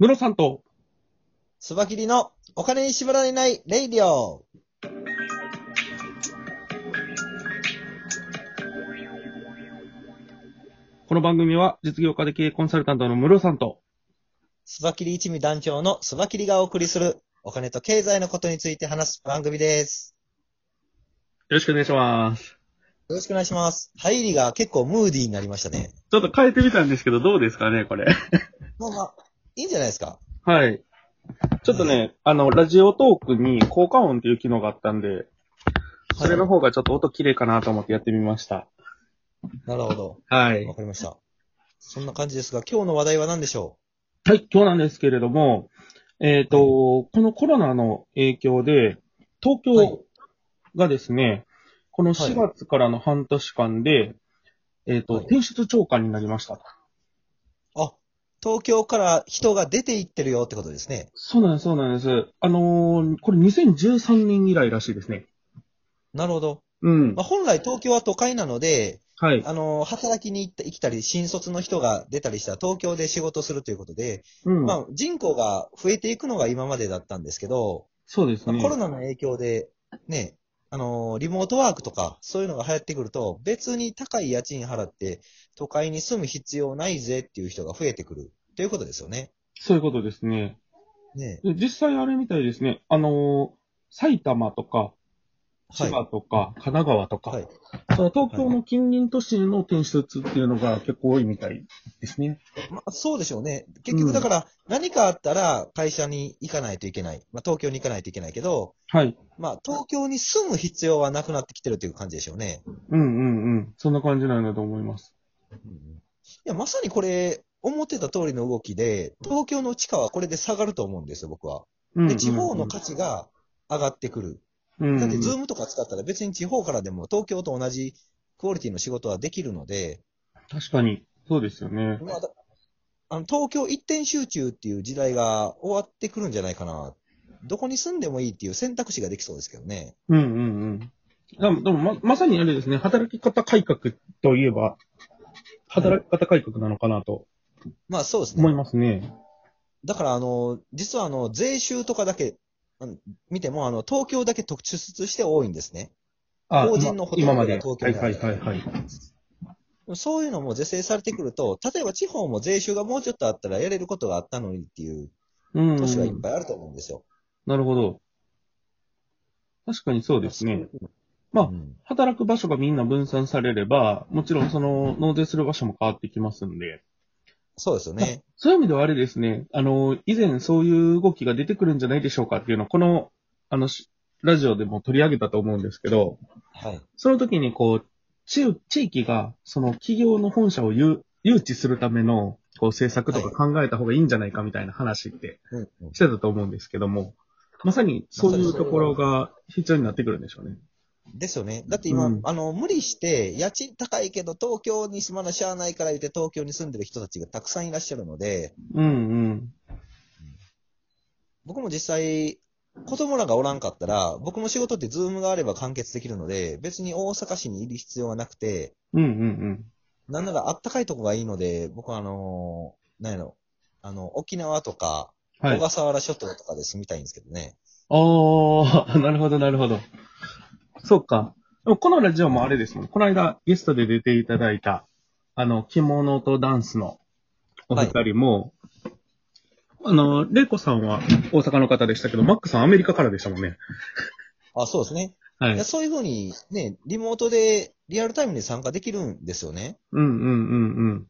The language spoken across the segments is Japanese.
ムロさんと、スバキリのお金に縛られないレイディオ。この番組は実業家で経営コンサルタントのムロさんと、スバキリ一味団長のスバキリがお送りするお金と経済のことについて話す番組です。よろしくお願いします。よろしくお願いします。入りが結構ムーディーになりましたね。ちょっと変えてみたんですけど、どうですかね、これ。まあまあ、いいんじゃないですか。はい。ちょっとね、あの、ラジオトークに効果音っていう機能があったんで、それの方がちょっと音綺麗かなと思ってやってみました。なるほど。はいわ。かりました。そんな感じですが、今日の話題は何でしょはい、今日なんですけれども、えっ、と、このコロナの影響で、東はい京がですね、このはい4月からの半年間で、えっ、と、はい転出超過になりました。うあ、東京から人が出て行ってるよってことですね。そうなんです、そうなんです。あのーこれ2013年以来らしいですね。なるほど。うんまあ、。本来東京は都会なので、はい。あの、働きに行った行きたり、新卒の人が出たりしたら東京で仕事するということで、うん。まあ、人口が増えていくのが今までだったんですけど、そうですまあね。コロナの影響で、ね、あのーリモートワークとか、そういうのが流行ってくると、別に高い家賃払って、都会に住む必要ないぜっていう人が増えてくるということですよね。そういうことですね。ね。で実際あれみたいですね。あのー埼玉とか、は千い。葉とか、神奈川とか、はい。その東京の近隣都市への転出っていうのが結構多いみたいですね。まあ、そうでしょうね。結局だから、何かあったら会社に行かないといけない。まあ、東京に行かないといけないけど、はい。まあ、東京に住む必要はなくなってきてるという感じでしょうね。うんうんうん。そんな感じなんだと思います。いや、まさにこれ、思ってた通りの動きで、東京の地価はこれで下がると思うんですよ、僕は。うんうんうで、ん地方の価値が上がってくる。うんうんだって、ズームとか使ったら別に地方からでも東京と同じクオリティの仕事はできるので、確かに。そうですよね。まあ、だあの東京一点集中っていう時代が終わってくるんじゃないかな。どこに住んでもいいっていう選択肢ができそうですけどね。うんうんうん。でも、でもま、まさにあれですね、働き方改革といえば、働き方改革なのかなとまあそうですね思い。ますね。だから、あの、実は、あの、税収とかだけ、あの見ても、あの、東京だけ特出して多いんですね。法人のほとん今どがまで。東は京いにあはいるはいはい。そういうのも是正されてくると、例えば地方も税収がもうちょっとあったらやれることがあったのにっていううん、都市がいっなぱいあると思うんですよ。るほど。確かにそうですね。まあうん働く場所がみんな分散されれば、もちろんその納税する場所も変わってきますんで、そうですよね。そういう意味ではあれですね、あの、以前そういう動きが出てくるんじゃないでしょうかっていうのは、この、あの、しラジオでも取り上げたと思うんですけど、はい。その時にこう、地地域が、その企業の本社を誘誘致するための、こう政策とか考えた方がいいんじゃないかみたいな話ってうんうんしてたと思うんですけども、まさにそういうところが必要になってくるんでしょうね。ですよね。だって今、うんあの、無理して、家賃高いけど、東京に住まなしゃあないから言って、東京に住んでる人たちがたくさんいらっしゃるので、うん僕も実際、子供らがおらんかったら、僕の仕事ってズームがあれば完結できるので、別に大阪市にいる必要はなくて、うん。うんうんなんならあったかいとこがいいので、僕はあのー、なんやろ、あの、沖縄とか、うん。はい。小笠原諸島とかで住みたいんですけどね。ああ、 なるほどなるほど。そうか。でもこのラジオもあれですもん。この間ゲストで出ていただいた、あの、着物とダンスのお二人も、あの、レイコさんは大阪の方でしたけど、マックさんアメリカからでしたもんね。あ、そうですね。はいやい。そういうふうに、ね、リモートでリアルタイムに参加できるんですよね。うんうんうんうん。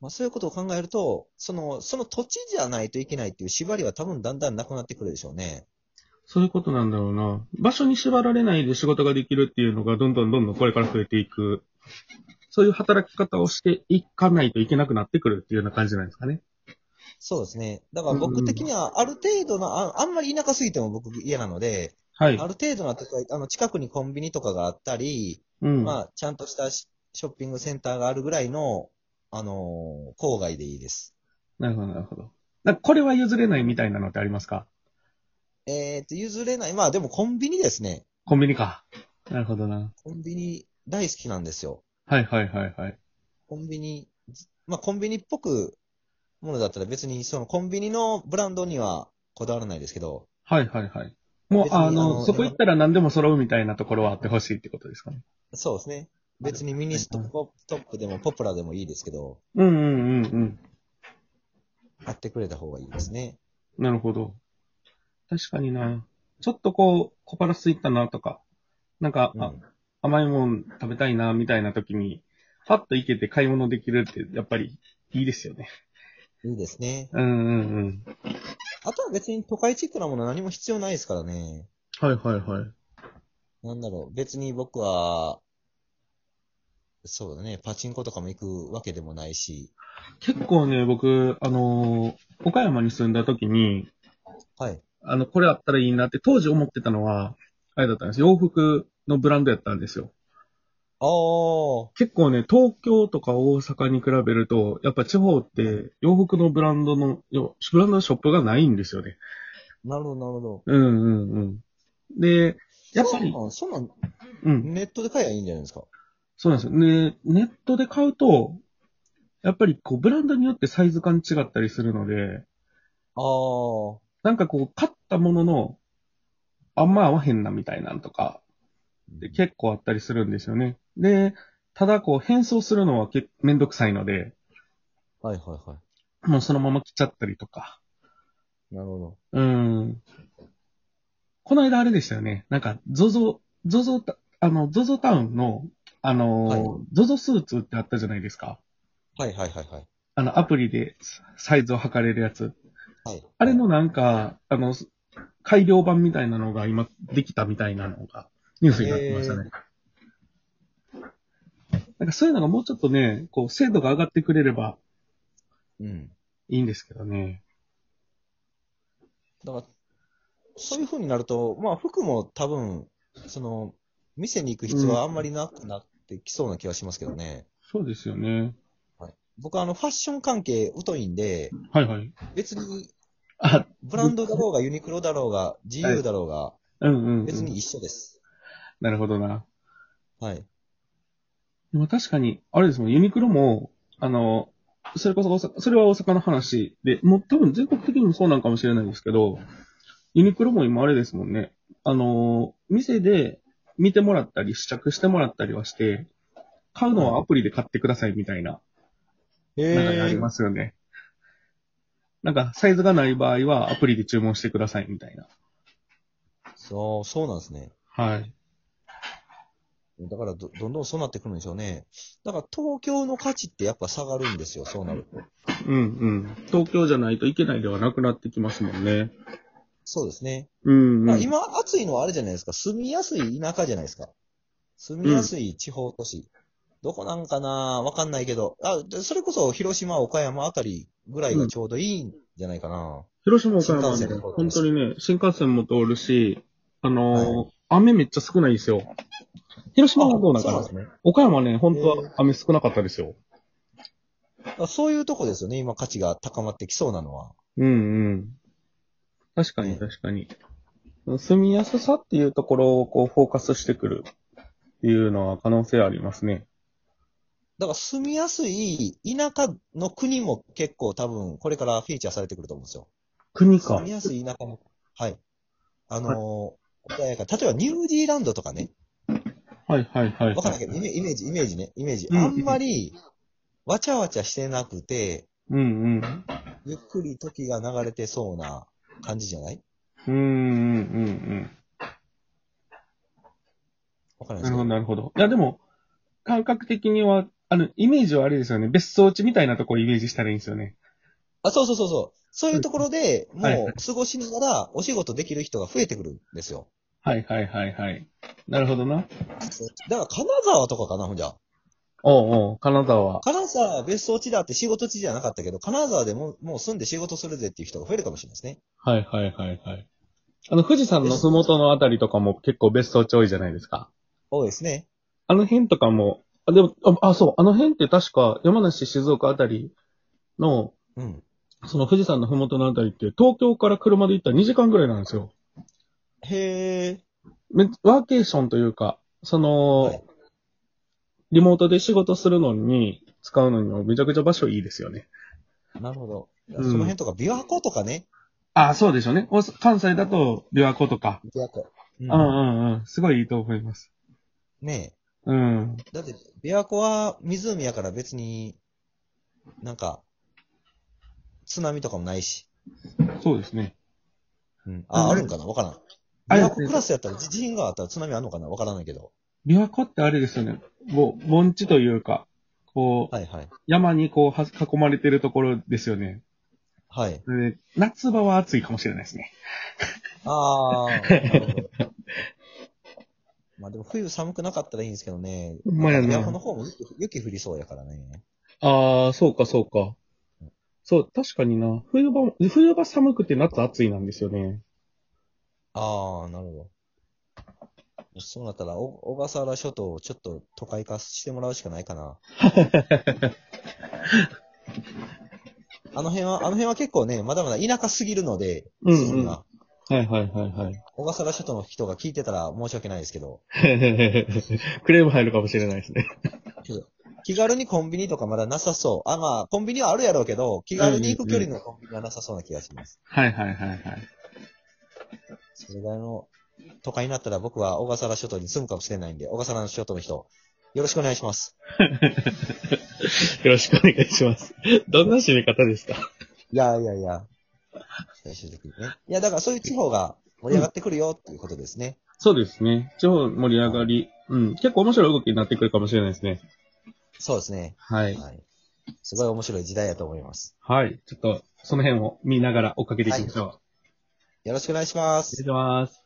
まあ、そういうことを考えると、その、その土地じゃないといけないっていう縛りは多分だんだんなくなってくるでしょうね。そういうことなんだろうな。場所に縛られないで仕事ができるっていうのがどんどんどんどんこれから増えていく。そういう働き方をしていかないといけなくなってくるっていうような感じなんですかね。そうですね。だから僕的には、ある程度の、ああんまり田舎すぎても僕嫌なので、はい。ある程度の都会、あの、近くにコンビニとかがあったり、うん。まあ、ちゃんとしたシショッピングセンターがあるぐらいの、あのー郊外でいいです。なるほど、なるほど。なんかこれは譲れないみたいなのってありますかえっ、と、譲れない。まあ、でもコンビニですね。コンビニか。なるほどな。コンビニ大好きなんですよ。はいはいはいはい。コンビニ、まあ、コンビニっぽく、ものだったら別にそのコンビニのブランドにはこだわらないですけど、はいはいはい。もう、別にああの、のそこ行ったら何でも揃うみたいなところはあってほしいってことですかね。そうですね。別にミニストップでもポプラでもいいですけど、うんうんうんうん。買ってくれた方がいいですね。なるほど。確かにな。ちょっとこう、小腹空いたなとか、なんか、うんあ、甘いもん食べたいなみたいな時に、パッと行けて買い物できるって、やっぱりいいですよね。いいですね。うんうんうん。あとは別に都会チックなもの何も必要ないですからね。はいはいはい。なんだろう、別に僕は、そうだね、パチンコとかも行くわけでもないし、結構ね、僕、あのー岡山に住んだ時に、はい。あの、これあったらいいなって当時思ってたのは、あれだったんです。洋服のブランドやったんですよ。ああ、結構ね、東京とか大阪に比べると、やっぱ地方って洋服のブランドの、よブランドのショップがないんですよね。なるほど、なるほど。うんうんうん。で、やっぱり、そんなん、そんなんうん。ネットで買えばいいんじゃないですか。そうなんですよ。ね、ネットで買うと、やっぱりこう、ブランドによってサイズ感違ったりするので、ああ、なんかこう、買ったものの、あんま合わへんなみたいなんとか、で結構あったりするんですよね。で、ただこう、変装するのはけめんどくさいので、はいはいはもうそのまま着ちゃったりとか。い。なるほど。うん。この間あれでしたよね。なんか、ゾゾ、ゾゾタ、あの、ゾゾタウンの、あのー、はゾゾスーツってあったじゃないですか。はいはいはいはい。あの、アプリでサイズを測れるやつ。はい。あれのなんか、あの、す改良版みたいなのが今できたみたいなのがニュースになってましたね。なんかそういうのがもうちょっとね、こう精度が上がってくれればうん。いいんですけどね。だから、そういう風になると、まあ服も多分、その、店に行く必要はあんまりなくなってきそうな気がしますけどね。そうですよね。僕はあの、ファッション関係疎いんで、はいはい。別に、あ、ブランドだろうが、ユニクロだろうが、GU だろうが、うんうん、うん。別に一緒です。なるほどな。はい。でも確かに、あれですもん、ユニクロも、あの、それこそ大阪、それは大阪の話で、もう多分全国的にもそうなんかもしれないんですけど、ユニクロも今あれですもんね。あの、店で見てもらったり、試着してもらったりはして、買うのはアプリで買ってくださいみたいな流れありますよね。なんか、サイズがない場合はアプリで注文してくださいみたいな。そう、そうなんですね。はい。だからど、どんどんそうなってくるんでしょうね。だから、東京の価値ってやっぱ下がるんですよ、そうなると。うんうん。東京じゃないといけないではなくなってきますもんね。そうですね。うん、うん。まあ今、暑いのはあれじゃないですか。住みやすい田舎じゃないですか。住みやすい地方都市。どこなんかなわかんないけど。あ、でそれこそ広島、岡山あたりぐらいがちょうどいいんじゃないかな。広島岡山新幹線ね、も通ってます本当にね、新幹線も通るし、あのーは雨めっちゃ少ないんですよ。広島はどうなんかそなうなんですね。岡山はね、本当は雨少なかったですよ。だからそういうとこですよね。今価値が高まってきそうなのは。うんうん。確かにね確かに。住みやすさっていうところをこうフォーカスしてくるっていうのは可能性ありますね。だから住みやすい田舎の国も結構多分これからフィーチャーされてくると思うんですよ。国住かみ。やすい田舎も。はい。あのー、穏やか例えばニュージーランドとかね。はいはいはい。わかんないけど、イメイメージ、イメージね。イメージ。うんあんまり、わちゃわちゃしてなくて、うんうん。ゆっくり時が流れてそうな感じじゃないうんうんうんうん。わかんなないでるすけほどど、。なるほど。いや、でも、感覚的には、あの、イメージはあれですよね。別荘地みたいなとこをイメージしたらいいんですよね。あ、そうそうそうそう。そういうところで、はいもう過ごしながらお仕事できる人が増えてくるんですよ。はいはいはいはい。なるほどな。だから金沢とかかな、ほんじゃ。おうおう、金沢。金沢は別荘地だって仕事地じゃなかったけど、金沢でももう住んで仕事するぜっていう人が増えるかもしれないですね。はいはいはいはい。あの、富士山のふもとのあたりとかも結構別荘地多いじゃないですか。多いですね。あの辺とかも、あ、でも、あ、あそう、あの辺って確か山梨、静岡あたりの、うん。その富士山のふもとのあたりって、東京から車で行ったら2時間ぐらいなんですよ。へえ。めワーケーションというか、その、はいリモートで仕事するのに、使うのにもめちゃくちゃ場所いいですよね。なるほど。その辺とか、琵琶湖とかね。ああ、そうでしょうね。お関西だと、琵琶湖とか。琵琶湖。ううんんうんうん。すごいいいと思います。ねうん。え。だって、琵琶湖は湖やから別に、なんか、津波とかもないし。そうですね。うん。あ、あああるれんかなわからん。あれ琵琶湖クラスやったら、地震があったら津波あるのかなわからないけど。琵琶湖ってあれですよね。ぼ盆地というか、こう、はいはい。山にこうは囲まれてるところですよね。はい。で夏場は暑いかもしれないですね。ああ。なるほど まあでも冬寒くなかったらいいんですけどね。ほんまやな琵琶湖の方も雪雪降りそうやからね。ああ、そうかそうか。そう、確かにな。冬場も、冬場寒くて夏暑いなんですよね。ああ、なるほど。そうなったら、お小笠原諸島をちょっと都会化してもらうしかないかな。あの辺は、あの辺は結構ね、まだまだ田舎すぎるので、うんうんそなはいはいはいはい。 小笠原諸島の人が聞いてたら申し訳ないですけど、クレーム入るかもしれないですね。気軽にコンビニとかまだなさそう。あ、まあ、コンビニはあるやろうけど、気軽に行く距離のコンビニはなさそうな気がします。はいはいはいはい。それぐらいの都会になったら僕は小笠原諸島に住むかもしれないんで、小笠原諸島の人、よろしくお願いします。よろしくお願いします。どんな締め方ですかいやいやいや。最終的にね。いや、だからそういう地方が盛り上がってくるよっていうことですね。そうですね。地方盛り上がり。うん。結構面白い動きになってくるかもしれないですね。そうですね。はい。はい。すごい面白い時代やと思います。はい。ちょっと、その辺を見ながら追っかけていきましょう。よろしくお願いします失礼。します。